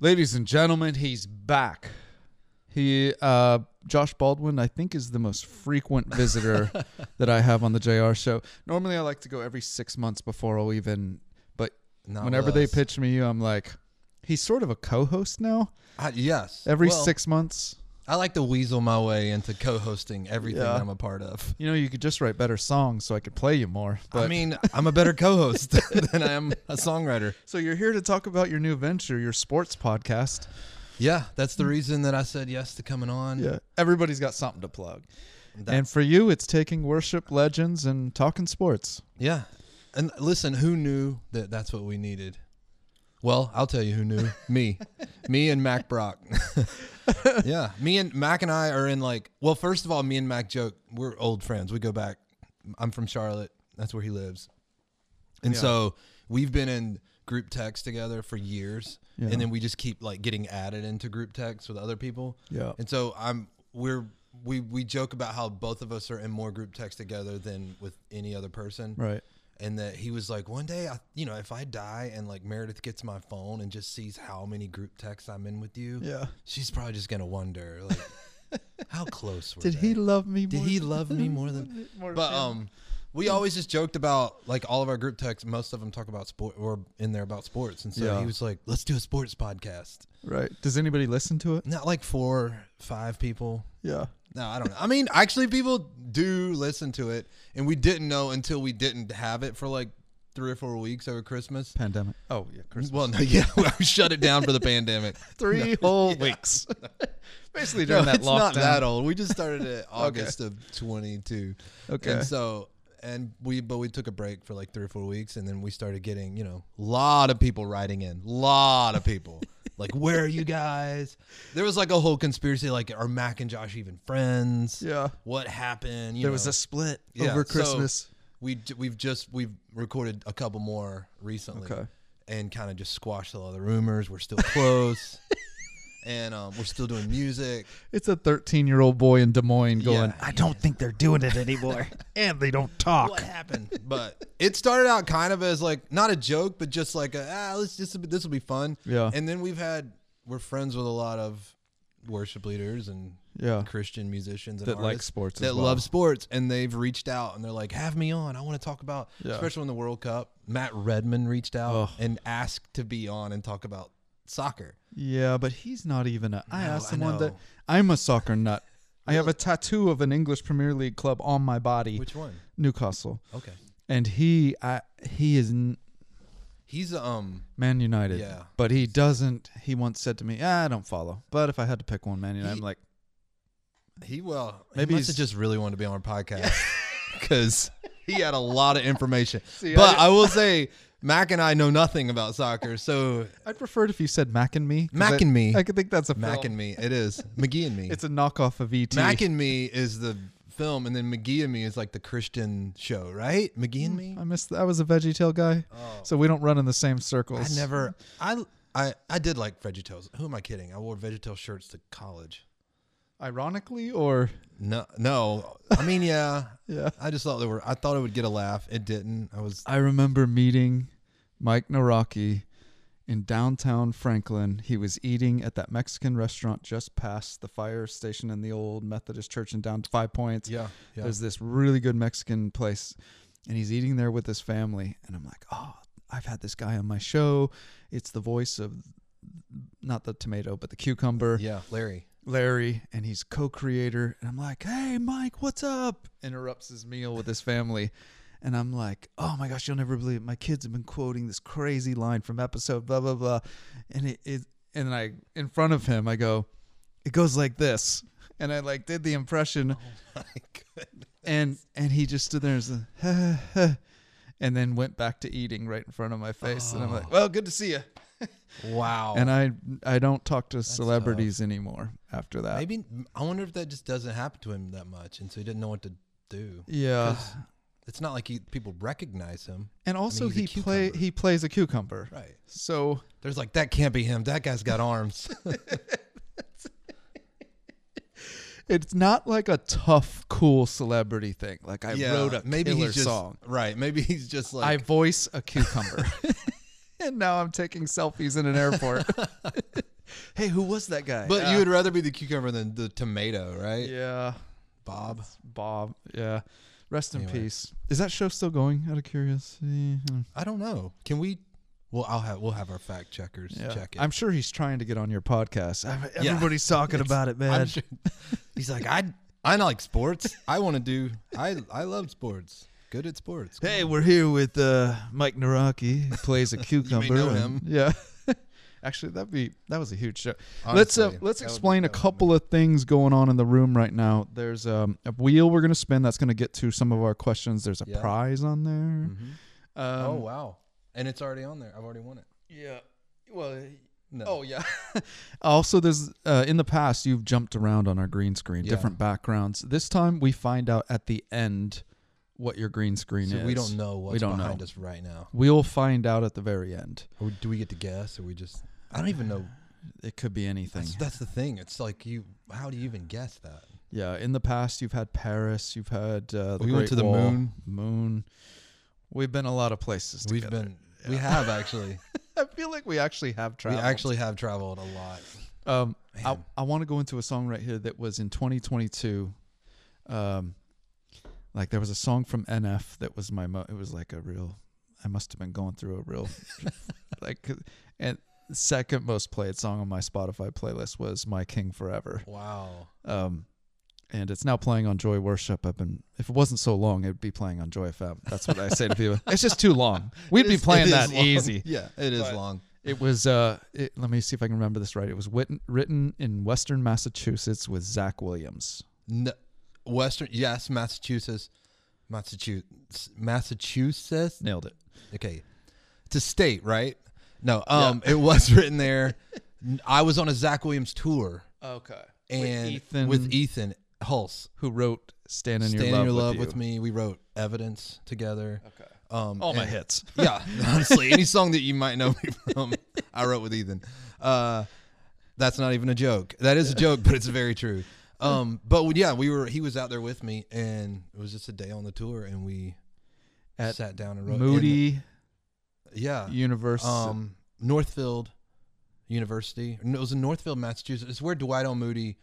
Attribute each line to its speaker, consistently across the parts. Speaker 1: Ladies and gentlemen, he's back. He, uh, Josh Baldwin, I think, is the most frequent visitor that I have on the JR show. Normally, I like to go every six months before I'll even. But
Speaker 2: Not
Speaker 1: whenever
Speaker 2: with
Speaker 1: they
Speaker 2: us.
Speaker 1: pitch me you, I'm like, he's sort of a co-host now.
Speaker 2: Uh, yes.
Speaker 1: Every
Speaker 2: Well,
Speaker 1: six months,
Speaker 2: I like to weasel my way into co-hosting everything
Speaker 1: Yeah.
Speaker 2: I'm a part of.
Speaker 1: you know, you could just write better songs so I could play you more. But
Speaker 2: I mean, I'm a better co-host than I am a songwriter.
Speaker 1: so you're here to talk about your new venture, your sports podcast.
Speaker 2: Yeah, that's the reason that I said yes to coming on.
Speaker 1: everybody's got something to plug.
Speaker 2: That-
Speaker 1: and for you, it's taking worship legends and talking sports.
Speaker 2: Yeah. And listen, who knew that that's what we needed? Well, I'll tell you who knew. me. Me and Mac Brock. yeah. Me and Mac and I are in like, well, first of all, me and Mac joke, we're old friends. We go back. I'm from Charlotte. That's where he lives. And
Speaker 1: Yeah.
Speaker 2: so we've been in group text together for years.
Speaker 1: Yeah.
Speaker 2: And then we just keep like getting added into group text with other people.
Speaker 1: Yeah.
Speaker 2: And so I'm we're we we joke about how both of us are in more group text together than with any other person
Speaker 1: Right.
Speaker 2: and that he was like one day I, you know if i die and like meredith gets my phone and just sees how many group texts i'm in with you
Speaker 1: Yeah.
Speaker 2: she's probably just gonna wonder like how close were
Speaker 1: Did he
Speaker 2: they?
Speaker 1: love me?
Speaker 2: did
Speaker 1: more
Speaker 2: he
Speaker 1: than-
Speaker 2: love me more than
Speaker 1: more
Speaker 2: but
Speaker 1: than-
Speaker 2: um we always just joked about like all of our group texts most of them talk about sport or in there about sports and so
Speaker 1: Yeah.
Speaker 2: he was like let's do a sports podcast
Speaker 1: right? Does anybody listen to it?
Speaker 2: not like four five people
Speaker 1: Yeah.
Speaker 2: no, I don't know. I mean, actually, people do listen to it, and we didn't know until we didn't have it for like three or four weeks over Christmas.
Speaker 1: Pandemic. Oh yeah, Christmas.
Speaker 2: Well, no, yeah, we shut it down for the pandemic.
Speaker 1: Three whole weeks. Basically during
Speaker 2: No,
Speaker 1: that
Speaker 2: it's
Speaker 1: lockdown.
Speaker 2: not that old. We just started it August of 22.
Speaker 1: Okay.
Speaker 2: And so, and we, but we took a break for like three or four weeks, and then we started getting, you know, a lot of people writing in, lot of people. like, where are you guys? There was like a whole conspiracy. Like, are Mac and Josh even friends?
Speaker 1: Yeah.
Speaker 2: What happened? You
Speaker 1: There was
Speaker 2: know.
Speaker 1: a split
Speaker 2: Yeah,
Speaker 1: over
Speaker 2: so-
Speaker 1: Christmas.
Speaker 2: we j- we've just we've recorded a couple more recently
Speaker 1: Okay.
Speaker 2: and kind of just squashed all the rumors we're still close and um, we're still doing music
Speaker 1: It's a 13 year old boy in Des Moines going,
Speaker 2: Yeah.
Speaker 1: I don't think they're doing it anymore. and they don't talk.
Speaker 2: what happened but it started out kind of as like not a joke but just like a, ah let's just this will be fun
Speaker 1: Yeah.
Speaker 2: and then we've had we're friends with a lot of worship leaders and
Speaker 1: Yeah.
Speaker 2: Christian musicians and
Speaker 1: That like
Speaker 2: artists
Speaker 1: sports as
Speaker 2: that
Speaker 1: well.
Speaker 2: love sports and they've reached out and they're like have me on I want to talk about
Speaker 1: Yeah.
Speaker 2: especially in the World Cup Matt Redman reached out
Speaker 1: Ugh.
Speaker 2: and asked to be on and talk about soccer
Speaker 1: Yeah, but he's not even a. I
Speaker 2: No,
Speaker 1: asked
Speaker 2: I
Speaker 1: someone that
Speaker 2: know.
Speaker 1: I'm a soccer nut. I have a tattoo of an English Premier League club on my body,
Speaker 2: which one
Speaker 1: Newcastle,
Speaker 2: okay
Speaker 1: and he, I, he is n-
Speaker 2: he's um
Speaker 1: Man United.
Speaker 2: Yeah.
Speaker 1: But he doesn't. He once said to me, ah, "I don't follow." But if I had to pick one Man United,
Speaker 2: He-
Speaker 1: I'm like,
Speaker 2: he well
Speaker 1: Maybe
Speaker 2: maybe he must
Speaker 1: he's-
Speaker 2: have just really wanted to be on our podcast because he had a lot of information
Speaker 1: See,
Speaker 2: but
Speaker 1: I-
Speaker 2: I, will say Mac and I know nothing about soccer so
Speaker 1: I'd prefer it if you said Mac and Me. 'cause
Speaker 2: Mac
Speaker 1: I-
Speaker 2: and Me.
Speaker 1: I could think that's a
Speaker 2: Mac
Speaker 1: film.
Speaker 2: and me it is McGee and me
Speaker 1: It's a knockoff of E ET.
Speaker 2: Mac and Me is the film, and then McGee and Me is like the Christian show, right? McGee and Me.
Speaker 1: I missed. I was a Veggie Tale guy, so we don't run in the same
Speaker 2: Oh. I
Speaker 1: circles.
Speaker 2: never. I I I did like VeggieTales. Who am I kidding? I wore VeggieTales shirts to college.
Speaker 1: Ironically, or
Speaker 2: No, no. I mean, yeah.
Speaker 1: yeah.
Speaker 2: I just thought they were. I thought it would get a laugh. It didn't. I was.
Speaker 1: I remember meeting Mike Naraki in downtown Franklin. He was eating at that Mexican restaurant just past the fire station in the old Methodist church in down Five Points.
Speaker 2: Yeah. Yeah.
Speaker 1: There's this really good Mexican place, and he's eating there with his family. And I'm like, oh, I've had this guy on my show. It's the voice of not the tomato, but the cucumber.
Speaker 2: Yeah. Larry.
Speaker 1: Larry, and he's co-creator. And I'm like, "Hey, Mike, what's up?" Interrupts his meal with his family, and I'm like, "Oh my gosh, you'll never believe it. My kids have been quoting this crazy line from episode blah blah blah," and it, it and I in front of him, I go, "It goes like this," and I like did the impression,
Speaker 2: My goodness.
Speaker 1: and and he just stood there and, was like, and then went back to eating right in front of my face, and I'm
Speaker 2: Oh.
Speaker 1: like, "Well, good to see you."
Speaker 2: Wow.
Speaker 1: And I I don't talk to celebrities anymore after that.
Speaker 2: maybe I wonder if that just doesn't happen to him that much, and so he didn't know what to do.
Speaker 1: Yeah.
Speaker 2: 'Cause It's not like he, people recognize him.
Speaker 1: And also,
Speaker 2: he's a
Speaker 1: he play
Speaker 2: cucumber.
Speaker 1: he plays a cucumber.
Speaker 2: Right.
Speaker 1: So
Speaker 2: There's like that can't be him. That guy's got arms.
Speaker 1: it's not like a tough, cool celebrity thing. Like I wrote a
Speaker 2: maybe
Speaker 1: killer
Speaker 2: he's just,
Speaker 1: song.
Speaker 2: Right. Maybe he's just like
Speaker 1: I voice a cucumber, and now I'm taking selfies in an airport. hey, who was that guy?
Speaker 2: But
Speaker 1: Yeah.
Speaker 2: you would rather be the cucumber than the tomato, right?
Speaker 1: yeah,
Speaker 2: Bob.
Speaker 1: It's Bob. Yeah, rest in
Speaker 2: Anyway.
Speaker 1: peace. Is that show still going? Out of curiosity. Hmm.
Speaker 2: I don't know. Can we? Well, I'll have we'll have our fact checkers
Speaker 1: Yeah.
Speaker 2: check it.
Speaker 1: I'm sure he's trying to get on your podcast. I-
Speaker 2: Yeah.
Speaker 1: Everybody's talking
Speaker 2: It's-
Speaker 1: about it,
Speaker 2: I'm
Speaker 1: man.
Speaker 2: sure- he's like, I I like sports. I want to do. I I love sports. Good at sports.
Speaker 1: Hey, we're here with uh, Mike Naraki. He plays a cucumber.
Speaker 2: know
Speaker 1: and-
Speaker 2: him.
Speaker 1: Yeah. Actually, that'd be that was a huge show. let's uh,
Speaker 2: Honestly,
Speaker 1: let's
Speaker 2: that would-
Speaker 1: explain a
Speaker 2: that would
Speaker 1: couple of things going on in the room right now. There's um, a wheel we're gonna spin that's gonna get to some of our questions. There's a
Speaker 2: Yeah. Mm-hmm.
Speaker 1: prize on there. Um,
Speaker 2: oh wow! And it's already on there. I've already won it.
Speaker 1: yeah. Well.
Speaker 2: No.
Speaker 1: Oh yeah. also, there's uh, in the past you've jumped around on our green screen,
Speaker 2: Yeah.
Speaker 1: different backgrounds. This time we find out at the end what your green screen
Speaker 2: so
Speaker 1: is.
Speaker 2: we don't know what's
Speaker 1: We don't
Speaker 2: behind
Speaker 1: know.
Speaker 2: us right now.
Speaker 1: We'll find out at the very end.
Speaker 2: Or do we get to guess? Or we just? I don't even know.
Speaker 1: It could be anything.
Speaker 2: That's, that's the thing. It's like you. How do you even guess that?
Speaker 1: Yeah, in the past you've had Paris, you've had uh, the
Speaker 2: We went
Speaker 1: Great
Speaker 2: to the
Speaker 1: Wall,
Speaker 2: moon.
Speaker 1: Moon. We've been a lot of places.
Speaker 2: We've
Speaker 1: together.
Speaker 2: been. We have actually.
Speaker 1: I feel like we actually have
Speaker 2: we
Speaker 1: traveled.
Speaker 2: actually have traveled a lot.
Speaker 1: Um, I
Speaker 2: Man.
Speaker 1: I want to go into a song right here that was in 2022. Um, like there was a song from NF that was my. Mo- it was like a real. I must have been going through a real, like, and second most played song on my Spotify playlist was "My King Forever."
Speaker 2: Wow.
Speaker 1: Um, and it's now playing on Joy Worship. I've been, if it wasn't so long, it'd be playing on Joy FM. That's what I say to people. It's just too long. We'd
Speaker 2: It
Speaker 1: be
Speaker 2: is-
Speaker 1: playing
Speaker 2: it
Speaker 1: that
Speaker 2: is long.
Speaker 1: easy.
Speaker 2: Yeah, it is
Speaker 1: But-
Speaker 2: long.
Speaker 1: It was, uh, it, let me see if I can remember this right. It was written, written in Western Massachusetts with Zach Williams.
Speaker 2: No, Western, yes, Massachusetts, Massachusetts, Massachusetts.
Speaker 1: Nailed it.
Speaker 2: Okay, it's a state, right? No, um, it was written there. N- I was on a Zach Williams tour,
Speaker 1: Okay.
Speaker 2: and
Speaker 1: Ethan-
Speaker 2: with Ethan, Hulse,
Speaker 1: Who wrote Stand in Your
Speaker 2: "Stand
Speaker 1: Love,
Speaker 2: in Your Love
Speaker 1: with,
Speaker 2: with,
Speaker 1: You?
Speaker 2: Me." We wrote "Evidence" together.
Speaker 1: Okay.
Speaker 2: Um,
Speaker 1: All my
Speaker 2: and-
Speaker 1: hits.
Speaker 2: yeah, honestly, any song that you might know me from, I wrote with Ethan. Uh, that's not even a joke. That is a joke, but it's very true. Um, but yeah, we were. He was out there with me, and it was just a day on the tour, and we
Speaker 1: At
Speaker 2: sat down and wrote.
Speaker 1: Moody
Speaker 2: and-
Speaker 1: Uh,
Speaker 2: yeah.
Speaker 1: Universe.
Speaker 2: Um, Northfield University. No, It was in Northfield, Massachusetts. It's where Dwight L. Moody,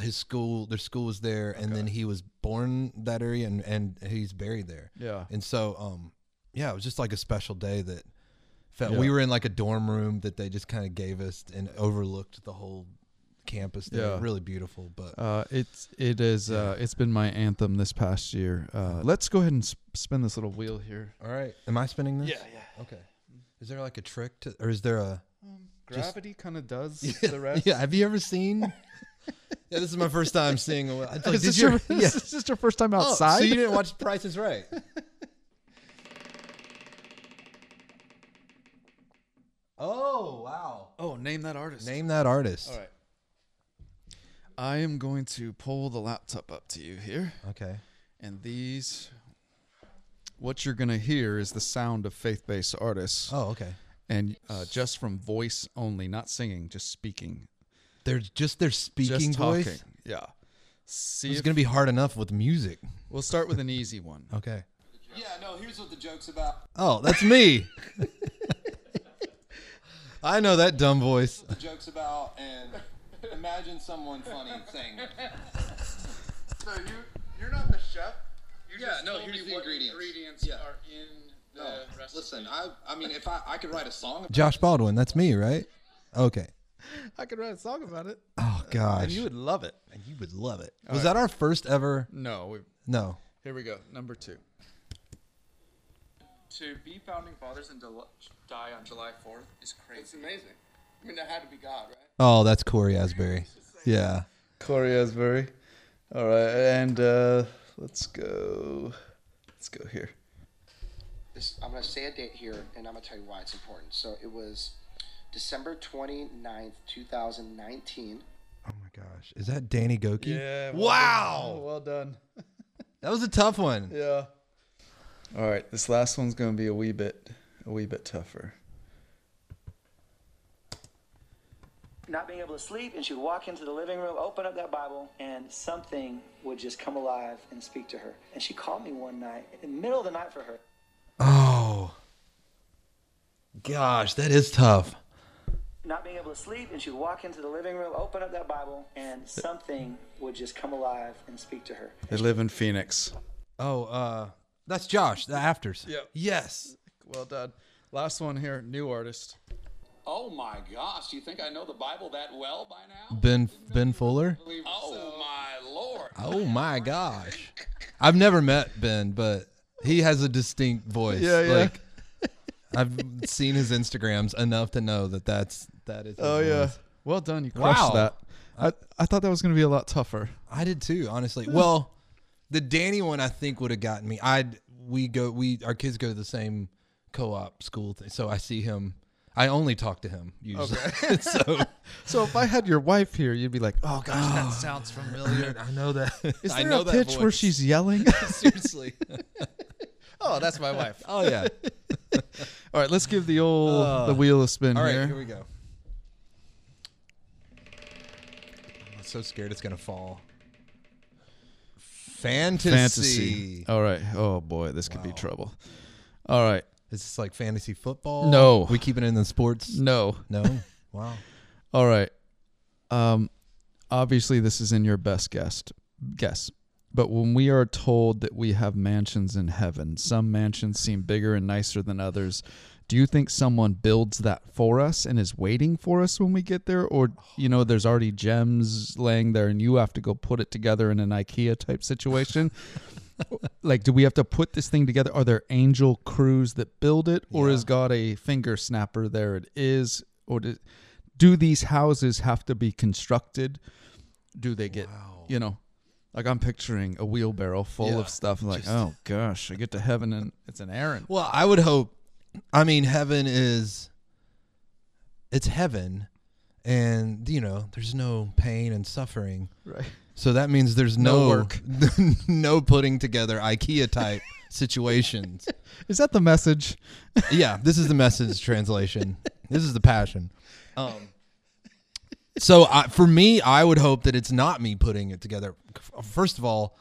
Speaker 2: his school, their school was there, and then he was born that area, and and he's buried there.
Speaker 1: yeah.
Speaker 2: And so, um, yeah, it was just like a special day that felt
Speaker 1: Yeah.
Speaker 2: we were in like a dorm room that they just kind of gave us and overlooked the whole campus. There.
Speaker 1: Yeah.
Speaker 2: Really beautiful. But
Speaker 1: Uh, it's it is uh, it's been my anthem this past year. Uh, let's go ahead and sp- spin this little wheel here.
Speaker 2: all right, am I spinning this?
Speaker 1: yeah.
Speaker 2: Okay. Is there like a trick to, or is there a?
Speaker 1: Um,
Speaker 2: Just-
Speaker 1: gravity kind of does the rest.
Speaker 2: Yeah. Have you ever seen? yeah, this is my first time seeing. A, I was like,
Speaker 1: Is,
Speaker 2: did
Speaker 1: this
Speaker 2: you?
Speaker 1: your,
Speaker 2: yeah.
Speaker 1: is this your first time
Speaker 2: Oh,
Speaker 1: outside?
Speaker 2: so you didn't watch Price is Right. oh wow!
Speaker 1: oh, name that artist.
Speaker 2: Name that artist.
Speaker 1: All right. I am going to pull the laptop up to you here,
Speaker 2: Okay.
Speaker 1: and these. What you're gonna hear is the sound of faith-based artists,
Speaker 2: Oh, okay.
Speaker 1: and uh, just from voice only, not singing, just speaking,
Speaker 2: They're just their speaking
Speaker 1: just talking.
Speaker 2: voice.
Speaker 1: Yeah. See
Speaker 2: It's
Speaker 1: if,
Speaker 2: gonna be hard enough with music.
Speaker 1: we'll start with an easy one.
Speaker 2: Okay.
Speaker 3: Yeah, no, here's what the joke's about.
Speaker 2: Oh, that's me. I know that dumb voice.
Speaker 3: The joke's about, and imagine someone funny saying that.
Speaker 4: So you you're not the chef. You
Speaker 3: Yeah,
Speaker 4: just
Speaker 3: no,
Speaker 4: told
Speaker 3: here's
Speaker 4: me
Speaker 3: the
Speaker 4: what
Speaker 3: ingredients.
Speaker 4: ingredients
Speaker 3: Yeah.
Speaker 4: are in the
Speaker 1: Oh,
Speaker 3: No,
Speaker 4: recipe.
Speaker 3: listen, I, I mean, if I, I could write a song about
Speaker 2: Josh Baldwin. That's me, right? Okay.
Speaker 1: I could write a song about it,
Speaker 2: Oh gosh. And you
Speaker 1: would love it.
Speaker 2: would, love it. Was that our first ever?
Speaker 1: No, we,
Speaker 2: No.
Speaker 1: here we go. Number two.
Speaker 4: To be founding fathers and del- die on July 4th is crazy. It's amazing. I mean, that had to be God, right?
Speaker 2: Oh, that's Corey Asbury. Yeah.
Speaker 1: Corey Asbury. All right, and uh, let's go. Let's go here.
Speaker 5: this, I'm going to say a date here, and I'm going to tell you why it's important. So it was December 29th, 2019.
Speaker 2: Oh my gosh. Is that Danny Goki?
Speaker 1: Oh,
Speaker 2: Wow.
Speaker 1: well done.
Speaker 2: That was a tough one.
Speaker 1: Yeah. All right, this last one's going to be a wee bit, a wee bit tougher.
Speaker 6: not being able to sleep, and she would walk into the living room, open up that Bible, and something would just come alive and speak to her. And she called me one night, in the middle of the night for her.
Speaker 2: Oh. Gosh, that is tough.
Speaker 6: Not being able to able to sleep, and she'd walk into the living room, open up that Bible, and something would just come alive and speak to her.
Speaker 1: They live in Phoenix.
Speaker 2: Oh, uh, that's Josh. The afters.
Speaker 1: Yep.
Speaker 2: Yes.
Speaker 1: Well done. Last one here, new artist.
Speaker 4: Oh my gosh, do you think I know the Bible that well by now?
Speaker 2: Ben Ben Fuller.
Speaker 4: Oh my lord.
Speaker 2: Oh my gosh. I've never met Ben, but he has a distinct voice.
Speaker 1: Yeah, yeah.
Speaker 2: Like I've seen his Instagrams enough to know that that's that is. his
Speaker 1: Oh yeah.
Speaker 2: voice.
Speaker 1: Well done. You crushed
Speaker 2: Wow.
Speaker 1: that. I, I thought that was going to be a lot tougher.
Speaker 2: I did too, honestly. Well, the Danny one I think would have gotten me. I'd we go we our kids go to the same co-op school, thing, so I see him. I only talk to him usually. so
Speaker 1: So if I had your wife here, you'd be like, "Oh gosh, that sounds familiar."
Speaker 2: I know that.
Speaker 1: Is
Speaker 2: I
Speaker 1: there
Speaker 2: know
Speaker 1: a
Speaker 2: that
Speaker 1: pitch where
Speaker 2: voice.
Speaker 1: she's yelling?
Speaker 2: seriously?
Speaker 1: oh, that's my wife.
Speaker 2: Oh yeah.
Speaker 1: All right, let's give the old the wheel a spin
Speaker 2: Uh, All right,
Speaker 1: here.
Speaker 2: here we go. I'm so scared it's gonna fall. Fantasy.
Speaker 1: Fantasy. All right. Oh boy, this could be trouble. All right.
Speaker 2: Is this like fantasy football?
Speaker 1: No.
Speaker 2: We keeping it in the sports?
Speaker 1: No.
Speaker 2: No. Wow.
Speaker 1: All right. Um, obviously this is in your best guess. Guess. But when we are told that we have mansions in heaven, some mansions seem bigger and nicer than others. Do you think someone builds that for us and is waiting for us when we get there, or you know, there's already gems laying there and you have to go put it together in an IKEA type situation? like, do we have to put this thing together? Are there angel crews that build it, or is God a finger snapper? There it is, or do, do these houses have to be constructed? Do they get you know? Like I'm picturing a wheelbarrow full
Speaker 2: Yeah,
Speaker 1: of stuff, and like, oh gosh, I get to heaven and it's an errand.
Speaker 2: Well, I would hope. I mean, heaven is. It's heaven, and you know, there's no pain and suffering.
Speaker 1: Right.
Speaker 2: So that means there's no,
Speaker 1: No work.
Speaker 2: no putting together IKEA type situations.
Speaker 1: Is that the message?
Speaker 2: yeah, this is the message translation. This is the passion. Um, so I, for me, I would hope that it's not me putting it together. First of all,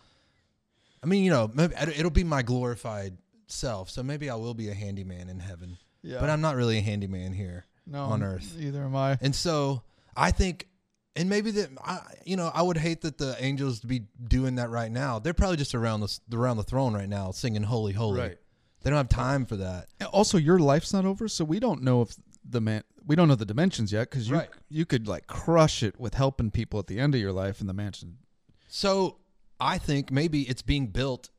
Speaker 2: I mean, you know, maybe it- it'll be my glorified self. So maybe I will be a handyman in heaven.
Speaker 1: Yeah.
Speaker 2: But I'm not really a handyman here on earth.
Speaker 1: Either am I.
Speaker 2: And so I think, and maybe that I, you know, I would hate that the angels to be doing that right now. They're probably just around the around the throne right now, singing "Holy, Holy."
Speaker 1: Right.
Speaker 2: They don't have time for that.
Speaker 1: Also, your life's not over, so we don't know if the man we don't know the dimensions yet because you
Speaker 2: Right.
Speaker 1: you could like crush it with helping people at the end of your life in the mansion.
Speaker 2: So I think maybe it's being built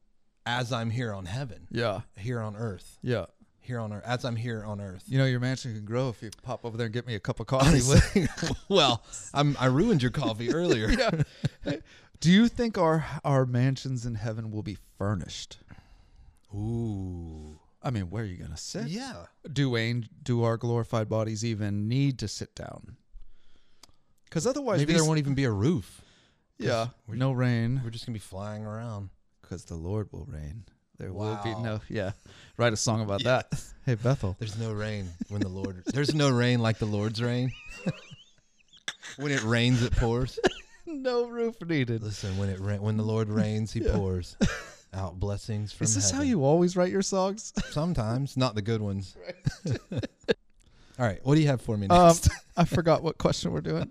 Speaker 2: as I'm here on heaven,
Speaker 1: Yeah.
Speaker 2: here on earth,
Speaker 1: Yeah.
Speaker 2: here on earth, as I'm here on earth.
Speaker 1: You know your mansion can grow if you pop over there and get me a cup of coffee.
Speaker 2: Honestly, well, I'm, I ruined your coffee earlier.
Speaker 1: Do you think our our mansions in heaven will be furnished?
Speaker 2: Ooh.
Speaker 1: I mean, where are you gonna sit?
Speaker 2: Yeah.
Speaker 1: do ang- do our glorified bodies even need to sit down? Because otherwise,
Speaker 2: Maybe
Speaker 1: these,
Speaker 2: there won't even be a roof.
Speaker 1: yeah, no rain
Speaker 2: We're just going to be flying around.
Speaker 1: because the Lord will reign. There will be
Speaker 2: Wow.
Speaker 1: no yeah. Write a song about that. Hey Bethel,
Speaker 2: There's no rain when the Lord. there's no rain like the Lord's rain. when it rains, it pours.
Speaker 1: no roof needed.
Speaker 2: Listen, when it ra- when the Lord rains, He pours out blessings from.
Speaker 1: Is this how
Speaker 2: heaven.
Speaker 1: you always write your songs?
Speaker 2: Sometimes, not the good ones. All right, what do you have for me
Speaker 1: Um,
Speaker 2: next?
Speaker 1: I forgot what question we're doing.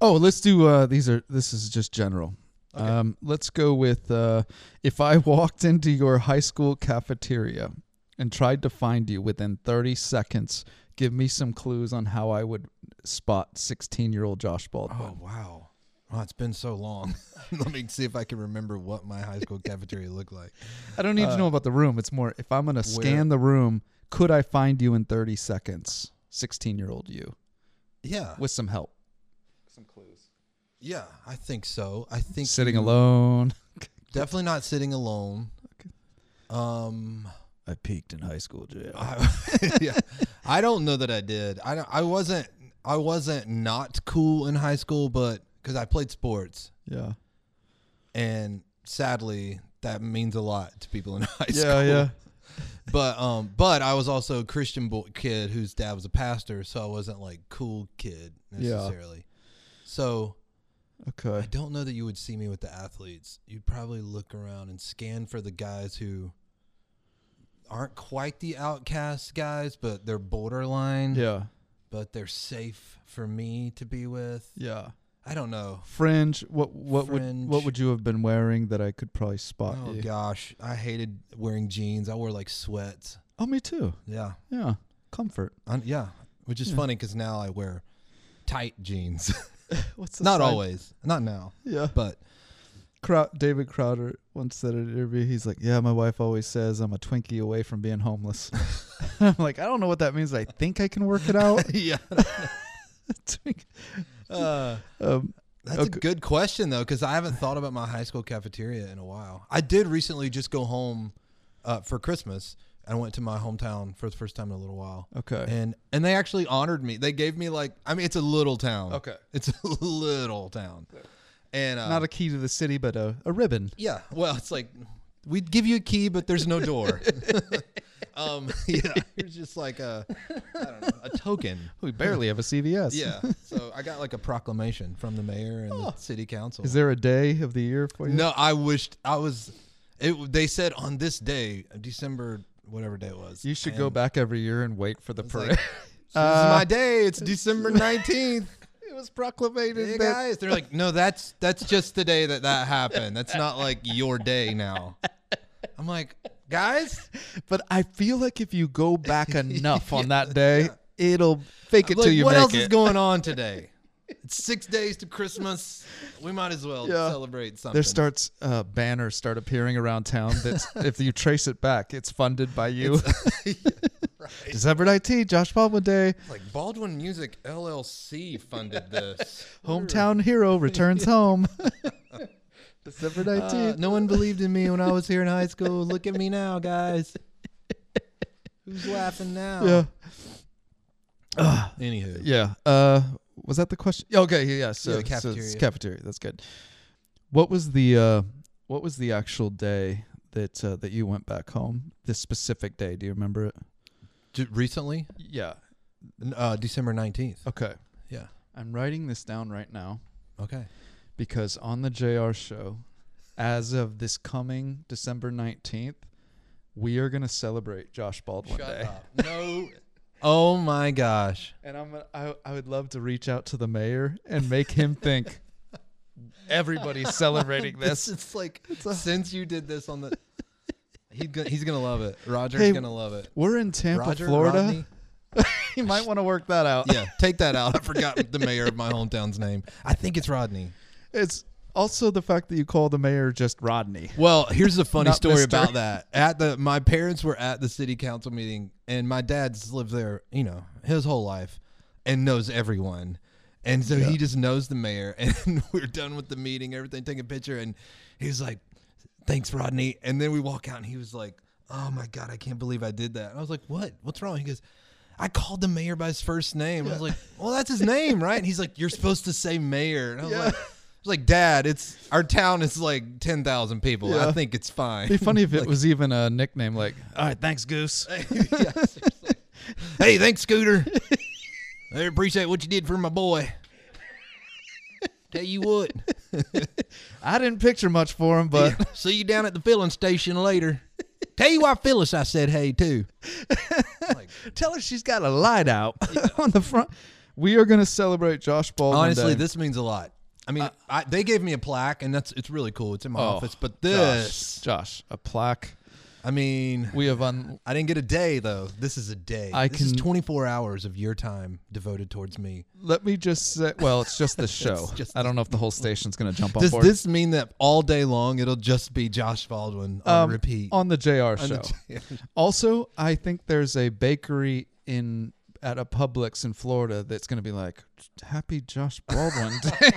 Speaker 1: Oh, let's do. Uh, these are. This is just general. Um, let's go with. Uh, if I walked into your high school cafeteria and tried to find you within 30 seconds, give me some clues on how I would spot 16-year-old Josh Baldwin.
Speaker 2: oh wow, wow, it's been so long. Let me see if I can remember what my high school cafeteria looked like.
Speaker 1: I don't need to know about the room. It's more if I'm gonna scan the room, could I find you in 30 seconds, 16-year-old you,
Speaker 2: Yeah,
Speaker 1: with some help?
Speaker 2: yeah, I think so. I think
Speaker 1: Sitting
Speaker 2: you-
Speaker 1: alone.
Speaker 2: definitely not sitting alone. Um,
Speaker 1: I peaked in high school, jail.
Speaker 2: I, yeah, I don't know that I did. I don't, I wasn't I wasn't not cool in high school, but because I played sports,
Speaker 1: Yeah.
Speaker 2: and sadly, that means a lot to people in high school.
Speaker 1: Yeah, yeah.
Speaker 2: but um but i was also a christian boy, kid whose dad was a pastor so i wasn't like cool kid
Speaker 1: Yeah.
Speaker 2: necessarily so i
Speaker 1: Okay.
Speaker 2: don't know that you would see me with the athletes you'd probably look around and scan for the guys who aren't quite the outcast guys but they're borderline
Speaker 1: Yeah.
Speaker 2: but they're safe for me to be with.
Speaker 1: Yeah.
Speaker 2: I don't know.
Speaker 1: Fringe. What what would what
Speaker 2: Fringe.
Speaker 1: would you have been wearing that I could probably spot
Speaker 2: Oh
Speaker 1: you?
Speaker 2: gosh, I hated wearing jeans. I wore like sweats.
Speaker 1: Oh, me too.
Speaker 2: Yeah,
Speaker 1: Yeah. Comfort.
Speaker 2: Un- yeah, which is funny 'cause funny because now I wear tight jeans.
Speaker 1: What's the
Speaker 2: Not
Speaker 1: sign-
Speaker 2: always, not now,
Speaker 1: Yeah.
Speaker 2: but
Speaker 1: Crow- David Crowder once said in an interview, he's like, "Yeah, my wife always says I'm a Twinkie away from being homeless." I'm like, I don't know what that means. but I think I can work it out.
Speaker 2: yeah.
Speaker 1: Twink-
Speaker 2: Uh,
Speaker 1: um,
Speaker 2: that's
Speaker 1: Okay.
Speaker 2: a good question though, because I haven't thought about my high school cafeteria in a while. I did recently just go home uh, for Christmas. I went to my hometown for the first time in a little while.
Speaker 1: Okay.
Speaker 2: and and they actually honored me. They gave me like, I mean, it's a little town.
Speaker 1: Okay.
Speaker 2: it's a little town, and uh,
Speaker 1: Not a key to the city, but a, a ribbon.
Speaker 2: Yeah. Well, it's like we'd give you a key, but there's no door. um, yeah, it's just like a, I don't know, a token.
Speaker 1: We barely have a CVS.
Speaker 2: Yeah. So I got like a proclamation from the mayor and the city council.
Speaker 1: Is there a day of the year for you?
Speaker 2: no, I wished I was. It. They said on this day, December whatever day it was.
Speaker 1: You should go
Speaker 2: and
Speaker 1: back every year and wait for the
Speaker 2: it's like,
Speaker 1: parade.
Speaker 2: this is my day. It's December nineteenth.
Speaker 1: it was proclamated.
Speaker 2: Hey
Speaker 1: that-
Speaker 2: guys, they're like, no, that's that's just the day that that happened. That's not like your day now. I'm like, guys,
Speaker 1: but I feel like if you go back enough on that day, it'll fake it
Speaker 2: Look,
Speaker 1: till you
Speaker 2: what
Speaker 1: make
Speaker 2: else
Speaker 1: it.
Speaker 2: is going on today? it's six days to Christmas. We might as well
Speaker 1: Yeah.
Speaker 2: celebrate something.
Speaker 1: there starts uh, banners start appearing around town that's if you trace it back it's funded by you december 19th josh baldwin day
Speaker 2: like Baldwin Music LLC funded this.
Speaker 1: hometown hero returns home december 19th
Speaker 2: Uh, no one believed in me when I was here in high school. Look at me now, guys. Who's laughing now?
Speaker 1: yeah
Speaker 2: Anywho,
Speaker 1: yeah uh, was that the question Yeah, okay yeah, yeah so,
Speaker 2: the
Speaker 1: so it's
Speaker 2: cafeteria.
Speaker 1: cafeteria that's good what was the uh, what was the actual day that uh, that you went back home this specific day do you remember it
Speaker 2: Ju- recently,
Speaker 1: yeah
Speaker 2: uh, December nineteenth.
Speaker 1: okay
Speaker 2: Yeah.
Speaker 1: i'm writing this down right now
Speaker 2: Okay.
Speaker 1: because on the JR show, as of this coming December 19th, we are going to celebrate Josh Baldwin Day.
Speaker 2: No. Oh my gosh.
Speaker 1: And I'm gonna, I, I would love to reach out to the mayor and make him think everybody's celebrating this.
Speaker 2: It's like since you did this on the, he's gonna, he's gonna love it. Roger's
Speaker 1: Hey,
Speaker 2: gonna love it.
Speaker 1: We're in Tampa,
Speaker 2: Roger,
Speaker 1: Florida.
Speaker 2: Rodney?
Speaker 1: You might want to work that out.
Speaker 2: Yeah, take that out. I forgot the mayor of my hometown's name. I think it's Rodney.
Speaker 1: It's also the fact that you call the mayor just Rodney.
Speaker 2: Well, here's a funny
Speaker 1: Not
Speaker 2: story
Speaker 1: Mr..
Speaker 2: about that. At the my parents were at the city council meeting, and my dad's lived there, you know, his whole life, and knows everyone, and so he just knows the mayor. And we're done with the meeting, everything, take a picture, and he's like, "Thanks, Rodney." And then we walk out, and he was like, "Oh my god, I can't believe I did that." And I was like, "What? What's wrong?" He goes. I called the mayor by his first name. I was like, "Well, that's his name, right?" And he's like, "You're supposed to say mayor." And I was like, I was like, Dad, it's our town is like ten thousand people. I
Speaker 1: Yeah.
Speaker 2: think it's fine.
Speaker 1: It'd be funny if it was even a nickname like, all right, thanks, Goose.
Speaker 2: Yeah, seriously. hey, thanks, Scooter. I appreciate what you did for my boy. Tell you what,
Speaker 1: I didn't picture much for him, but
Speaker 2: see you down at the filling station later. Tell you why Phyllis, I said hey too.
Speaker 1: Tell her she's got a light out on the front. We are going to celebrate Josh Baldwin.
Speaker 2: Honestly,
Speaker 1: Day.
Speaker 2: this means a lot. I mean, I, they gave me a plaque, and that's it's really cool. It's in my
Speaker 1: Uh, Oh,
Speaker 2: office, but
Speaker 1: Josh,
Speaker 2: this,
Speaker 1: Josh, a plaque.
Speaker 2: I mean,
Speaker 1: We have un.
Speaker 2: I didn't get a day though. This is a day.
Speaker 1: I
Speaker 2: this is
Speaker 1: can-
Speaker 2: 24 hours of your time devoted towards me.
Speaker 1: Let me just say. Well, it's just the show.
Speaker 2: just
Speaker 1: I don't know if the whole station's going to jump on
Speaker 2: Does
Speaker 1: board.
Speaker 2: this mean that all day long it'll just be Josh Baldwin on
Speaker 1: Um,
Speaker 2: repeat?
Speaker 1: on the JR show.
Speaker 2: JR.
Speaker 1: also, I think there's a bakery in at a Publix in Florida that's going to be like Happy Josh Baldwin Day.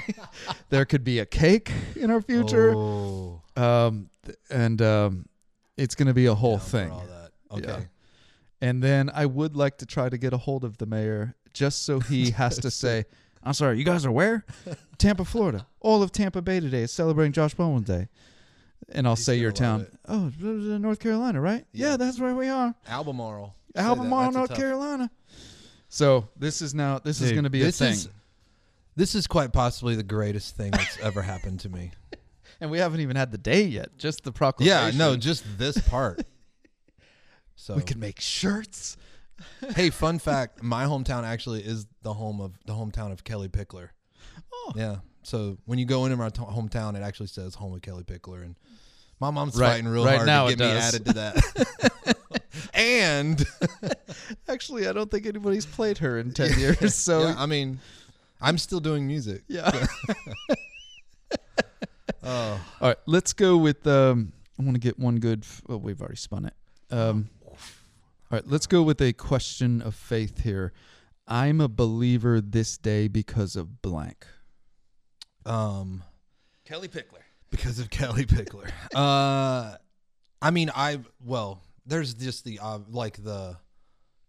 Speaker 1: there could be a cake in our future,
Speaker 2: Oh,
Speaker 1: um, th- and um, it's going to be a whole
Speaker 2: for
Speaker 1: thing.
Speaker 2: all that. Okay.
Speaker 1: And then I would like to try to get a hold of the mayor just so he has to say, I'm sorry, you guys are where? Tampa, Florida. All of Tampa Bay today is celebrating Josh Baldwin Day. And I'll say your
Speaker 2: gonna
Speaker 1: town.
Speaker 2: love
Speaker 1: Oh, blah, blah, blah, North Carolina, right? Yeah, that's where we are.
Speaker 2: Albemarle. Say that.
Speaker 1: Albemarle,
Speaker 2: That's a
Speaker 1: North
Speaker 2: tough-
Speaker 1: Carolina. So this is now, this is
Speaker 2: Dude,
Speaker 1: going to be a
Speaker 2: this
Speaker 1: thing.
Speaker 2: is- This is quite possibly the greatest thing that's ever happened to me.
Speaker 1: and we haven't even had the day yet, just the
Speaker 2: Yeah,
Speaker 1: proclamation.
Speaker 2: no, just this part. So
Speaker 1: we could make shirts.
Speaker 2: Hey, fun fact: my hometown actually is the home of the hometown of Kelly Pickler.
Speaker 1: Oh.
Speaker 2: Yeah. So when you go into my to- hometown, it actually says home of Kelly Pickler, and my mom's
Speaker 1: Right-
Speaker 2: fighting real
Speaker 1: right
Speaker 2: hard
Speaker 1: now
Speaker 2: to
Speaker 1: it
Speaker 2: get me
Speaker 1: does.
Speaker 2: added to that. and
Speaker 1: Actually, I don't think anybody's played her in 10 years. So,
Speaker 2: yeah, I mean, I'm still doing music.
Speaker 1: yeah.
Speaker 2: Oh,
Speaker 1: All right, let's go with. Um, I want to get one good. f- Oh, we've already spun it. Um, all right, let's go with a question of faith here. I'm a believer this day because of blank.
Speaker 2: um,
Speaker 1: Kelly Pickler.
Speaker 2: because of Kelly Pickler. uh, I mean, I well, there's just the uh, like the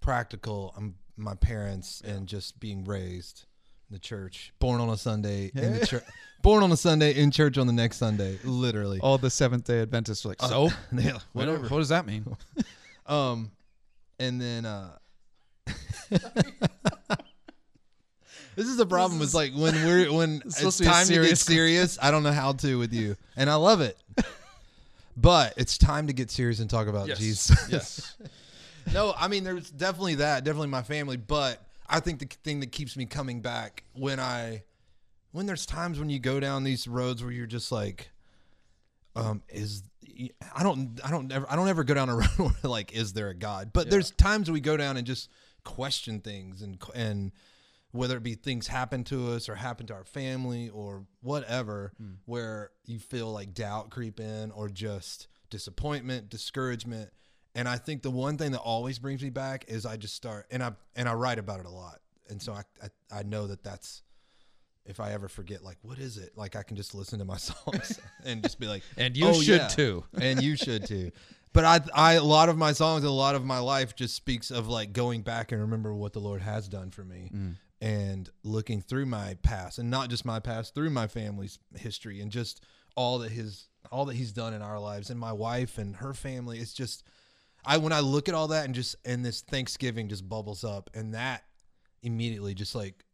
Speaker 2: practical. Um, my parents and just being raised in the church, born on a Sunday in the church, born on a Sunday in church on the next Sunday, literally.
Speaker 1: All the Seventh Day Adventists are like, Oh, so
Speaker 2: yeah,
Speaker 1: what, do-
Speaker 2: whatever.
Speaker 1: what does that mean?
Speaker 2: Um, and then uh, this is the problem. Is like when we're when it's,
Speaker 1: supposed to be a
Speaker 2: time to get
Speaker 1: serious-
Speaker 2: serious. I don't know how to with you, and I love it, but it's time to get serious and talk about Jesus.
Speaker 1: yes.
Speaker 2: no, I mean there's definitely that, definitely my family, but I think the thing that keeps me coming back when I when there's times when you go down these roads where you're just like um is I don't I don't ever I don't ever go down a road where like is there a god? But there's times we go down and just question things and and whether it be things happen to us or happen to our family or whatever where you feel like doubt creep in or just disappointment discouragement and i think the one thing that always brings me back is i just start and i and i write about it a lot and so i i, I know that that's if I ever forget, like, what is it? Like, I can just listen to my songs and just be like,
Speaker 1: And you
Speaker 2: "Oh,
Speaker 1: should
Speaker 2: yeah."
Speaker 1: too.
Speaker 2: and you should too. But I, I, a lot of my songs, a lot of my life just speaks of like going back and remember what the Lord has done for me
Speaker 1: Mm.
Speaker 2: and looking through my past and not just my past, through my family's history and just all that his, all that he's done in our lives and my wife and her family. It's just, I, when I look at all that and just, and this Thanksgiving just bubbles up and that immediately just like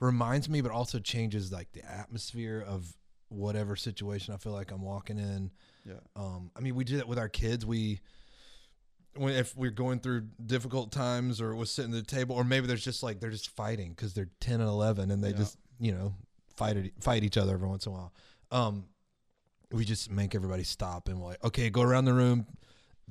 Speaker 2: reminds me, but also changes like the atmosphere of whatever situation I feel like I'm walking in.
Speaker 1: Yeah.
Speaker 2: Um, I mean, we do that with our kids. We, when if we're going through difficult times, or we're sitting at the table, or maybe there's just like they're just fighting because they're ten and eleven, and they
Speaker 1: Yeah.
Speaker 2: just you know fight at- fight each other every once in a while. Um, we just make everybody stop and we're like, okay, go around the room,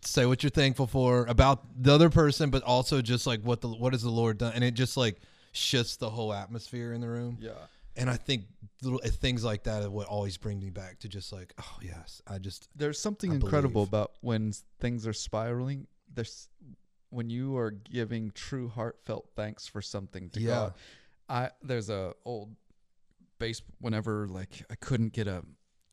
Speaker 2: say what you're thankful for about the other person, but also just like what the what has the Lord done, and it just like shifts the whole atmosphere in the room.
Speaker 1: Yeah.
Speaker 2: And I think little eh, things like that are what always bring me back to just like, oh yes, I just
Speaker 1: There's something
Speaker 2: I
Speaker 1: incredible
Speaker 2: believe.
Speaker 1: about when s- things are spiraling. There's when you are giving true heartfelt thanks for something to
Speaker 2: Yeah.
Speaker 1: God. I there's a old base whenever like I couldn't get a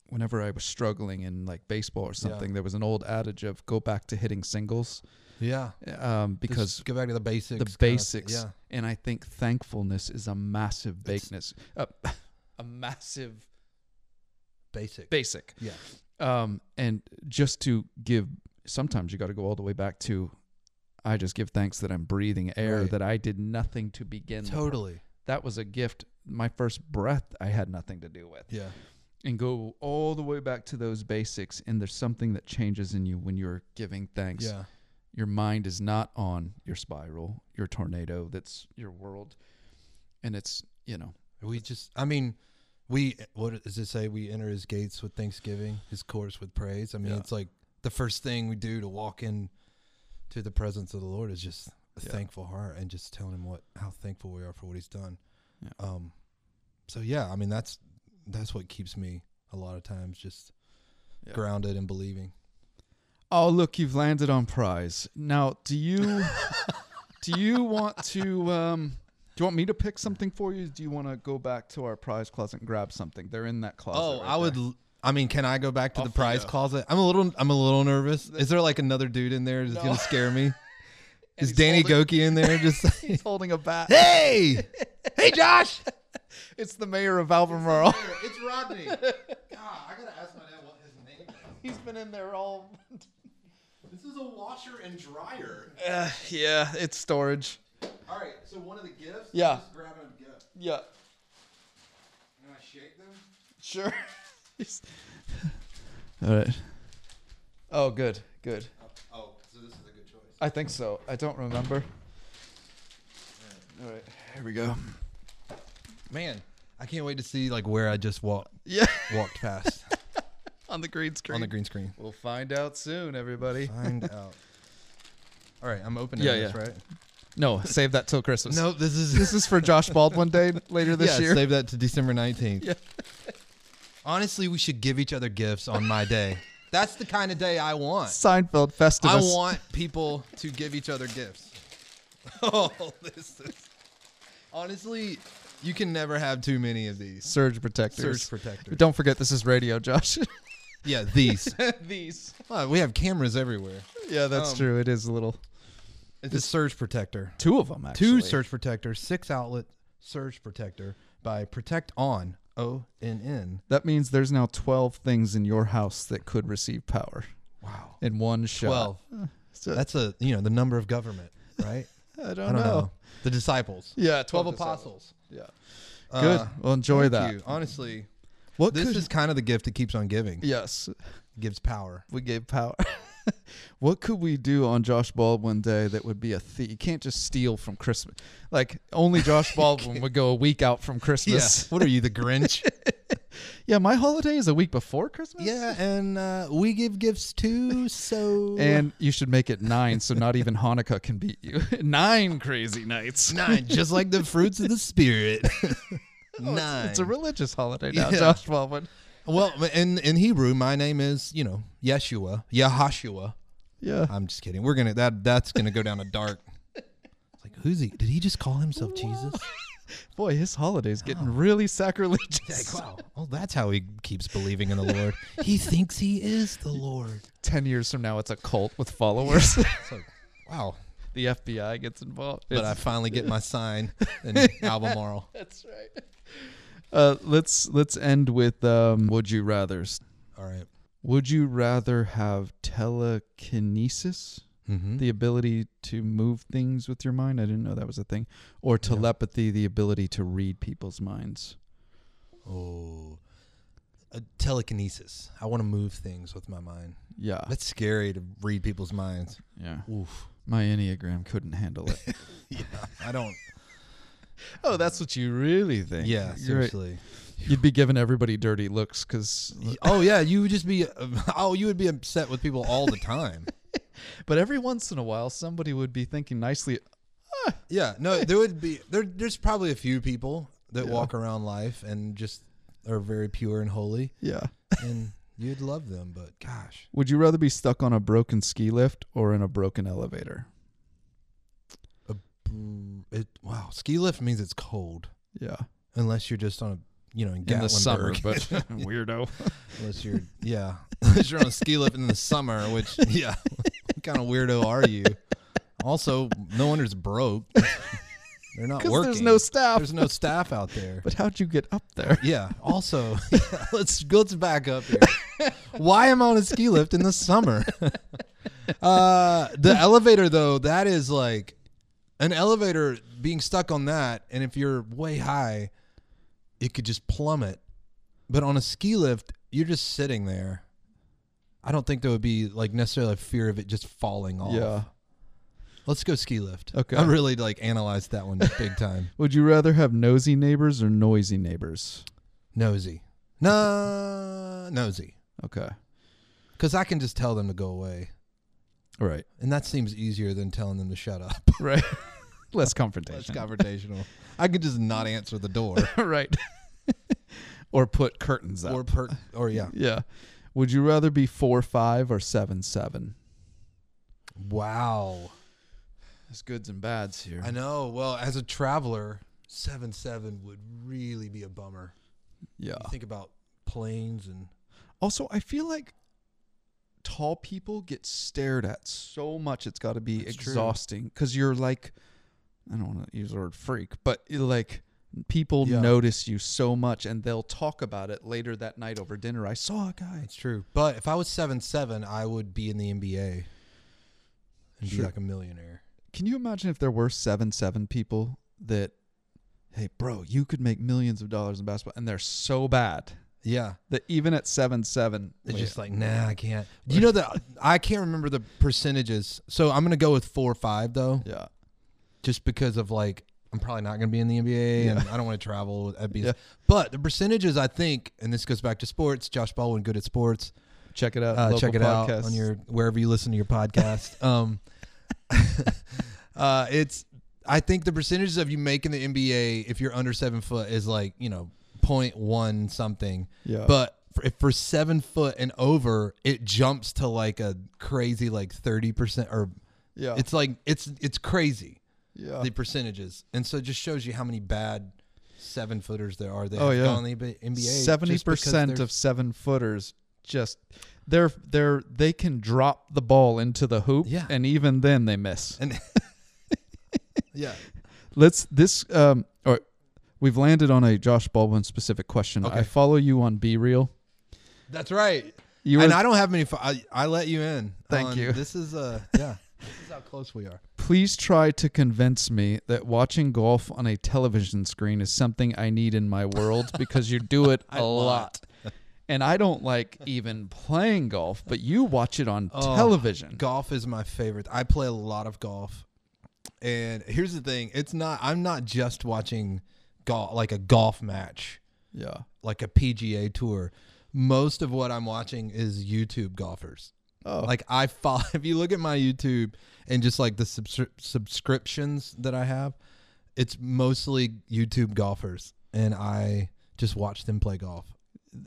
Speaker 1: whenever I was struggling in like baseball or something, there was an old adage of go back to hitting singles.
Speaker 2: yeah,
Speaker 1: Um because
Speaker 2: because go back to the basics,
Speaker 1: the
Speaker 2: kinda-
Speaker 1: basics
Speaker 2: yeah,
Speaker 1: and I think thankfulness is a massive bakeness uh, a massive
Speaker 2: basic.
Speaker 1: basic.
Speaker 2: Yeah.
Speaker 1: Um, and just to give, sometimes you got to go all the way back to, I just give thanks that I'm breathing air,
Speaker 2: Right.
Speaker 1: that I did nothing to begin. the pro-
Speaker 2: totally.
Speaker 1: that was a gift. My first breath, I had nothing to do with.
Speaker 2: Yeah,
Speaker 1: And go all the way back to those basics. And there's something that changes in you when you're giving thanks.
Speaker 2: yeah,
Speaker 1: Your mind is not on your spiral, your tornado. That's your world, and it's you know
Speaker 2: we just, I mean, we what does it say? We enter his gates with thanksgiving, his courts with praise. I mean,
Speaker 1: Yeah.
Speaker 2: it's like the first thing we do to walk in to the presence of the Lord is just a
Speaker 1: Yeah.
Speaker 2: thankful heart and just telling him what how thankful we are for what he's done.
Speaker 1: Yeah.
Speaker 2: Um, so yeah, I mean that's that's what keeps me a lot of times just
Speaker 1: Yeah.
Speaker 2: grounded and believing.
Speaker 1: Oh, look, you've landed on prize. Now, do you do you want to um do you want me to pick something for you? Do you want to go back to our prize closet and grab something? They're in that closet.
Speaker 2: Oh,
Speaker 1: right
Speaker 2: I would.
Speaker 1: there.
Speaker 2: l- I mean, can I go back to
Speaker 1: Off
Speaker 2: the
Speaker 1: you
Speaker 2: prize
Speaker 1: go.
Speaker 2: closet? I'm a little. I'm a little nervous. Is there like another dude in there that's
Speaker 1: No.
Speaker 2: gonna scare me? Is
Speaker 1: he's
Speaker 2: Danny
Speaker 1: holding-
Speaker 2: Goki in there? Just
Speaker 1: He's holding a bat.
Speaker 2: hey, hey, Josh.
Speaker 1: It's the mayor of Albemarle.
Speaker 2: It's Rodney. God, I gotta ask my dad what his name is.
Speaker 1: he's been in there all.
Speaker 2: This is a washer and dryer.
Speaker 1: Uh, yeah, it's storage.
Speaker 2: All right, so one of the gifts.
Speaker 1: Yeah. just
Speaker 2: grabbing a gift.
Speaker 1: Yeah,
Speaker 2: Can I shake them?
Speaker 1: sure. He's- all right. Oh, good, good.
Speaker 2: Oh, so this is a good choice.
Speaker 1: I think so. I don't remember. All right, here we go.
Speaker 2: Man, I can't wait to see like where I just walked
Speaker 1: Yeah,
Speaker 2: walked past
Speaker 1: on the green screen.
Speaker 2: on the green screen.
Speaker 1: We'll find out soon, everybody.
Speaker 2: Find out. All right, I'm opening
Speaker 1: Yeah,
Speaker 2: this,
Speaker 1: yeah.
Speaker 2: right?
Speaker 1: No, save that till Christmas.
Speaker 2: No, this is
Speaker 1: this is for Josh Baldwin Day later this
Speaker 2: yeah,
Speaker 1: year.
Speaker 2: Save that to December 19th.
Speaker 1: Yeah.
Speaker 2: Honestly, we should give each other gifts on my day. That's the kind of day I want.
Speaker 1: Seinfeld Festivus.
Speaker 2: I want people to give each other gifts. Oh, this is honestly, you can never have too many of these.
Speaker 1: surge protectors.
Speaker 2: Surge protectors.
Speaker 1: Don't forget, this is radio, Josh.
Speaker 2: Yeah, these.
Speaker 1: These.
Speaker 2: Wow, we have cameras everywhere.
Speaker 1: Yeah, that's
Speaker 2: Um,
Speaker 1: true. It is a little.
Speaker 2: It's a surge protector.
Speaker 1: Two of them
Speaker 2: Two
Speaker 1: actually.
Speaker 2: surge protector, six outlet surge protector by Protect On O N N.
Speaker 1: That means there's now twelve things in your house that could receive power
Speaker 2: Wow,
Speaker 1: in one shot.
Speaker 2: twelve.
Speaker 1: So-
Speaker 2: That's a you know the number of government, right?
Speaker 1: I don't,
Speaker 2: I don't
Speaker 1: know.
Speaker 2: know. The disciples.
Speaker 1: Yeah, 12
Speaker 2: 12
Speaker 1: disciples.
Speaker 2: apostles.
Speaker 1: Yeah.
Speaker 2: Uh,
Speaker 1: Good. well, enjoy
Speaker 2: thank
Speaker 1: that.
Speaker 2: you. Honestly,
Speaker 1: What
Speaker 2: this
Speaker 1: could-
Speaker 2: is kind of the gift that keeps on giving.
Speaker 1: yes,
Speaker 2: Gives power.
Speaker 1: we gave power. what could we do on Josh Baldwin Day that would be a thief? You can't just steal from Christmas. Like only Josh Baldwin would go a week out from Christmas.
Speaker 2: What are you, the Grinch?
Speaker 1: Yeah, my holiday is a week before Christmas.
Speaker 2: yeah, and uh, we give gifts too. So
Speaker 1: And you should make it nine, so not even Hanukkah can beat you. nine crazy nights.
Speaker 2: nine, just like the fruits of the spirit. nine.
Speaker 1: Oh, It's a religious holiday now,
Speaker 2: Yeah.
Speaker 1: Josh Baldwin.
Speaker 2: well in in Hebrew, my name is you know Yeshua, Yahashua.
Speaker 1: Yeah.
Speaker 2: I'm just kidding. We're gonna that that's gonna go down a dark. It's Like who's he? Did he just call himself Jesus?
Speaker 1: Boy, his holiday's
Speaker 2: oh.
Speaker 1: getting really sacrilegious.
Speaker 2: Like, wow. Well, that's how he keeps believing in the Lord. He thinks he is the Lord.
Speaker 1: Ten years from now, it's a cult with followers.
Speaker 2: It's like, wow.
Speaker 1: the FBI gets involved.
Speaker 2: But I
Speaker 1: It's-
Speaker 2: finally get my sign in Albemarle.
Speaker 1: that's right. Uh, let's let's end with um, would you rather's.
Speaker 2: All right.
Speaker 1: Would you rather have telekinesis,
Speaker 2: Mm-hmm.
Speaker 1: the ability to move things with your mind? I didn't know that was a thing, or telepathy, the ability to read people's minds.
Speaker 2: Oh, uh, telekinesis. I want to move things with my mind.
Speaker 1: Yeah,
Speaker 2: That's scary to read people's minds.
Speaker 1: yeah.
Speaker 2: Oof.
Speaker 1: My enneagram couldn't handle it.
Speaker 2: Yeah. I don't.
Speaker 1: oh, that's what you really think?
Speaker 2: Yeah.
Speaker 1: You're right.
Speaker 2: Seriously.
Speaker 1: You'd be giving everybody dirty looks because,
Speaker 2: Oh yeah. You would just be. Oh, you would be upset with people all the time.
Speaker 1: but every once in a while, somebody would be thinking nicely.
Speaker 2: Yeah, no, there would be there. There's probably a few people that walk around life and just are very pure and holy,
Speaker 1: Yeah.
Speaker 2: and you'd love them. But gosh,
Speaker 1: Would you rather be stuck on a broken ski lift or in a broken elevator?
Speaker 2: mm, it wow, ski lift means it's cold
Speaker 1: Yeah.
Speaker 2: unless you're just on a you know in,
Speaker 1: In the summer,
Speaker 2: Gatlinburg.
Speaker 1: but weirdo.
Speaker 2: unless you're yeah, unless you're on a ski lift in the summer, which yeah, what kind of weirdo are you? Also, no wonder it's broke. They're not
Speaker 1: 'Cause
Speaker 2: working.
Speaker 1: there's no staff.
Speaker 2: There's no staff out there.
Speaker 1: But how'd you get up there?
Speaker 2: Yeah. Also, let's let's back up here. Why am I on a ski lift in the summer? uh, the elevator, though, that is like an elevator being stuck on that, and if you're way high, it could just plummet. But on a ski lift, you're just sitting there. I don't think there would be like necessarily a fear of it just falling off.
Speaker 1: Yeah.
Speaker 2: Let's go ski lift.
Speaker 1: Okay.
Speaker 2: I really like analyzed that one big time.
Speaker 1: Would you rather have nosy neighbors or noisy neighbors?
Speaker 2: Nosy. No, nosy.
Speaker 1: Okay.
Speaker 2: Because I can just tell them to go away.
Speaker 1: Right.
Speaker 2: And that seems easier than telling them to shut up.
Speaker 1: Right. Less
Speaker 2: That's
Speaker 1: confrontation.
Speaker 2: confrontational. I could just not answer the door
Speaker 1: right. or put curtains up.
Speaker 2: or per or yeah.
Speaker 1: yeah. Would you rather be four five or seven seven?
Speaker 2: Wow.
Speaker 1: There's goods and bads here.
Speaker 2: I know. Well, as a traveler, seven seven would really be a bummer.
Speaker 1: yeah.
Speaker 2: You think about planes and
Speaker 1: Also, I feel like tall people get stared at so much. It's got to be
Speaker 2: That's true.
Speaker 1: exhausting because you're like, I don't want to use the word freak, but you're like people
Speaker 2: Yeah.
Speaker 1: notice you so much and they'll talk about it later that night over dinner. I saw a guy.
Speaker 2: it's true. But if I was seven seven, I would be in the NBA and be
Speaker 1: Sure.
Speaker 2: like a millionaire.
Speaker 1: Can you imagine if there were seven seven people that, hey, bro, you could make millions of dollars in basketball, and they're so bad
Speaker 2: Yeah.
Speaker 1: that even at seven seven, oh,
Speaker 2: It's just like, nah, I can't. You know that I can't remember the percentages. So I'm gonna go with four or five though.
Speaker 1: yeah,
Speaker 2: just because of like I'm probably not going to be in the NBA, and I don't want to travel. That'd be, but the percentages I think, and this goes back to sports. Josh Baldwin, good at sports.
Speaker 1: Check it out.
Speaker 2: Uh,
Speaker 1: local
Speaker 2: check it out
Speaker 1: podcasts.
Speaker 2: on your wherever you listen to your podcast. um, uh, it's I think the percentages of you making the NBA if you're under seven foot is like you know point one something.
Speaker 1: Yeah.
Speaker 2: But for, if for seven foot and over, it jumps to like a crazy like thirty percent or
Speaker 1: Yeah.
Speaker 2: It's like it's it's crazy
Speaker 1: yeah.
Speaker 2: the percentages, and so it just shows you how many bad seven footers there are. They
Speaker 1: Oh,
Speaker 2: have
Speaker 1: yeah.
Speaker 2: gone in the NBA. just
Speaker 1: Seventy
Speaker 2: because
Speaker 1: percent
Speaker 2: they're-
Speaker 1: of seven footers just they're they're they can drop the ball into the hoop,
Speaker 2: Yeah.
Speaker 1: and even then they miss.
Speaker 2: and yeah.
Speaker 1: Let's this um all right, we've landed on a Josh Baldwin specific question. I
Speaker 2: Okay.
Speaker 1: follow you on B Real.
Speaker 2: That's right.
Speaker 1: You
Speaker 2: and
Speaker 1: were-
Speaker 2: I don't have many. Fo- I, I let you in.
Speaker 1: Thank you.
Speaker 2: This is uh yeah. this is how close we are.
Speaker 1: Please try to convince me that watching golf on a television screen is something I need in my world because you do it a lot. And I don't like even playing golf, but you watch it on Uh,
Speaker 2: Oh,
Speaker 1: television.
Speaker 2: Golf is my favorite. I play a lot of golf, and here's the thing: it's not. I'm not just watching golf like a golf match,
Speaker 1: Yeah.
Speaker 2: like a PGA tour. Most of what I'm watching is YouTube golfers.
Speaker 1: Oh.
Speaker 2: Like I follow. If you look at my YouTube and just like the subscri- subscriptions that I have, it's mostly YouTube golfers, and I just watch them play golf.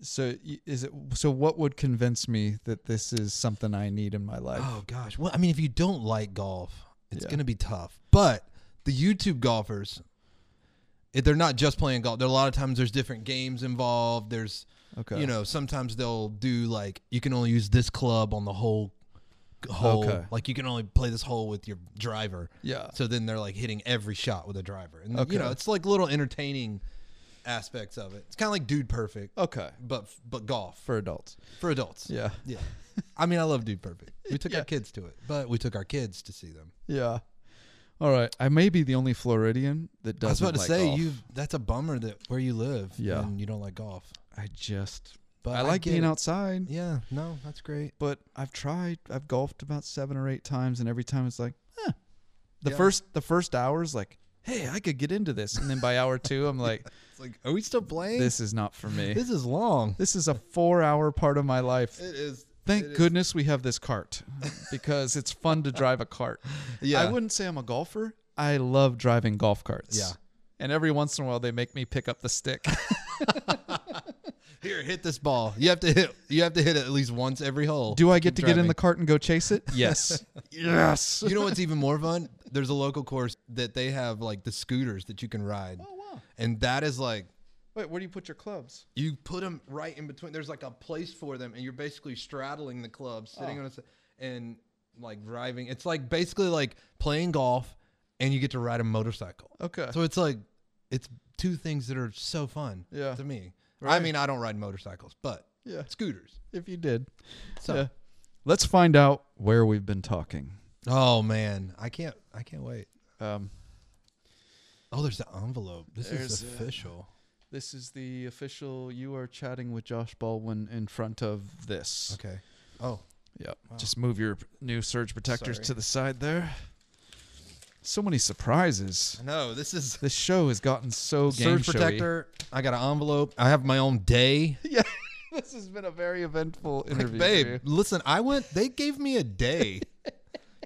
Speaker 1: So y- is it so what would convince me that this is something I need in my life?
Speaker 2: Oh gosh. Well, I mean, if you don't like golf, it's
Speaker 1: Yeah.
Speaker 2: gonna be tough. But the YouTube golfers, if they're not just playing golf. There a lot of times there's different games involved. There's,
Speaker 1: Okay.
Speaker 2: you know, sometimes they'll do like you can only use this club on the whole hole.
Speaker 1: Okay.
Speaker 2: Like you can only play this hole with your driver.
Speaker 1: Yeah.
Speaker 2: So then they're like hitting every shot with a driver, and
Speaker 1: Okay.
Speaker 2: you know, it's like little entertaining aspects of it. It's kind of like Dude Perfect.
Speaker 1: Okay.
Speaker 2: But but golf
Speaker 1: Oh. For adults.
Speaker 2: for adults.
Speaker 1: Yeah.
Speaker 2: Yeah. I mean, I love Dude Perfect. We took
Speaker 1: Yeah.
Speaker 2: our kids to it, but we took our kids to see them.
Speaker 1: Yeah. All right. I may be the only Floridian that
Speaker 2: I was
Speaker 1: doesn't
Speaker 2: about to
Speaker 1: like
Speaker 2: say
Speaker 1: golf.
Speaker 2: you that's a bummer that where you live
Speaker 1: Yeah.
Speaker 2: and you don't like golf.
Speaker 1: I just
Speaker 2: But
Speaker 1: I like
Speaker 2: get
Speaker 1: being
Speaker 2: it.
Speaker 1: outside.
Speaker 2: Yeah, no, that's great.
Speaker 1: but I've tried. I've golfed about seven or eight times, and every time it's like, huh. The
Speaker 2: Yeah.
Speaker 1: first the first hour is like, hey, I could get into this, and then by hour two, I'm like,
Speaker 2: It's like, are we still playing?
Speaker 1: this
Speaker 2: This, Uh,
Speaker 1: is not for me.
Speaker 2: is long.
Speaker 1: This is a four hour part of my life.
Speaker 2: It is.
Speaker 1: Thank goodness we have this cart because it's fun to drive a cart.
Speaker 2: Yeah.
Speaker 1: I wouldn't say I'm a golfer. I love driving golf carts.
Speaker 2: Yeah.
Speaker 1: And every once in a while, they make me pick up the stick.
Speaker 2: Here, hit this ball. You have to hit. You have to hit it at least once every hole.
Speaker 1: Do I get to get in
Speaker 2: driving.
Speaker 1: the cart and go chase it? Yes. yes.
Speaker 2: you know what's even more fun? There's a local course that they have like the scooters that you can ride. Oh wow! And that is like
Speaker 1: Wait, where do you put your clubs?
Speaker 2: you put them right in between. There's like a place for them, and you're basically straddling the club, sitting
Speaker 1: Oh.
Speaker 2: on a s- and like driving. It's like basically like playing golf, and you get to ride a motorcycle.
Speaker 1: Okay.
Speaker 2: So it's like it's two things that are so fun.
Speaker 1: Yeah.
Speaker 2: To me, I
Speaker 1: Right.
Speaker 2: mean, I don't ride motorcycles, but
Speaker 1: Yeah.
Speaker 2: scooters.
Speaker 1: if you did.
Speaker 2: So-
Speaker 1: Yeah. let's find out where we've been talking.
Speaker 2: Oh man, I can't. I can't wait.
Speaker 1: Um,
Speaker 2: Oh, there's the envelope. This
Speaker 1: There's,
Speaker 2: is
Speaker 1: uh,
Speaker 2: official.
Speaker 1: this is the official. You are chatting with Josh Baldwin in front of this.
Speaker 2: okay. Oh,
Speaker 1: Yep. Just move your new surge protectors
Speaker 2: Sorry.
Speaker 1: to the side there. So many surprises.
Speaker 2: no. This is
Speaker 1: This show has gotten so game
Speaker 2: surge
Speaker 1: showy.
Speaker 2: protector. I got an envelope. I have my own day.
Speaker 1: Yeah, this has been a very eventful interview.
Speaker 2: Babe,
Speaker 1: for you.
Speaker 2: listen, I went, they gave me a day.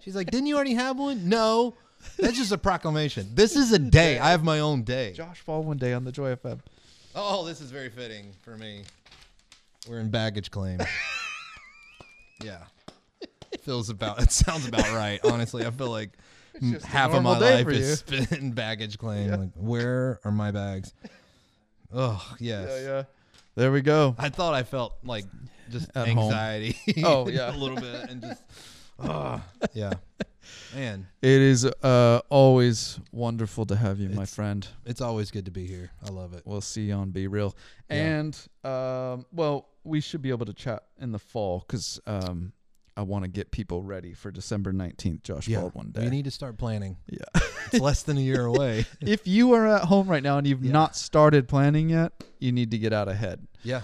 Speaker 2: She's like, didn't you already have one? No. That's just a proclamation. This is a day. I have my own day.
Speaker 1: Josh Baldwin Day on the Joy FM.
Speaker 2: Oh, this is very fitting for me. We're in baggage claim. yeah. Feels about, it sounds about right. Honestly, I feel like m-
Speaker 1: just a
Speaker 2: half of
Speaker 1: normal
Speaker 2: my
Speaker 1: day
Speaker 2: life
Speaker 1: for
Speaker 2: is spent in baggage claim. Like, where are my bags? Oh, yes.
Speaker 1: Yeah, yeah. There we go.
Speaker 2: I thought I felt like just
Speaker 1: At home.
Speaker 2: anxiety.
Speaker 1: Oh, yeah.
Speaker 2: a little bit and just oh yeah, man.
Speaker 1: It is uh, always wonderful to have you, my friend.
Speaker 2: It's always good to be here. I love it.
Speaker 1: We'll see you on Be Real. And um, well, we should be able to chat in the fall because um, I want to get people ready for December nineteenth, Josh
Speaker 2: Yeah,
Speaker 1: Baldwin Day.
Speaker 2: we need to start planning.
Speaker 1: yeah.
Speaker 2: It's less than a year away.
Speaker 1: if you are at home right now and you've not started planning yet, you need to get out ahead.
Speaker 2: yeah,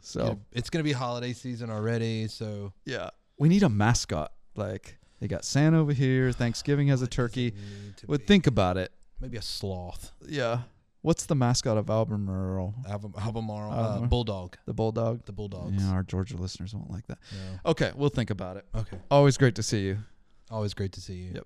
Speaker 1: So
Speaker 2: it's gonna be holiday season already. So
Speaker 1: yeah, we need a mascot. Like they got Santa over here. Thanksgiving has a turkey. Would think about it.
Speaker 2: Maybe a sloth.
Speaker 1: Yeah. What's the mascot of Albemarle?
Speaker 2: Alba- Albemarle.
Speaker 1: Albemarle.
Speaker 2: Uh, bulldog.
Speaker 1: The bulldog.
Speaker 2: The bulldogs.
Speaker 1: Uh-huh. Yeah, our Georgia listeners won't like that. Okay, we'll think about it.
Speaker 2: Okay.
Speaker 1: Always great to see you.
Speaker 2: Always great to see you.
Speaker 1: Yep.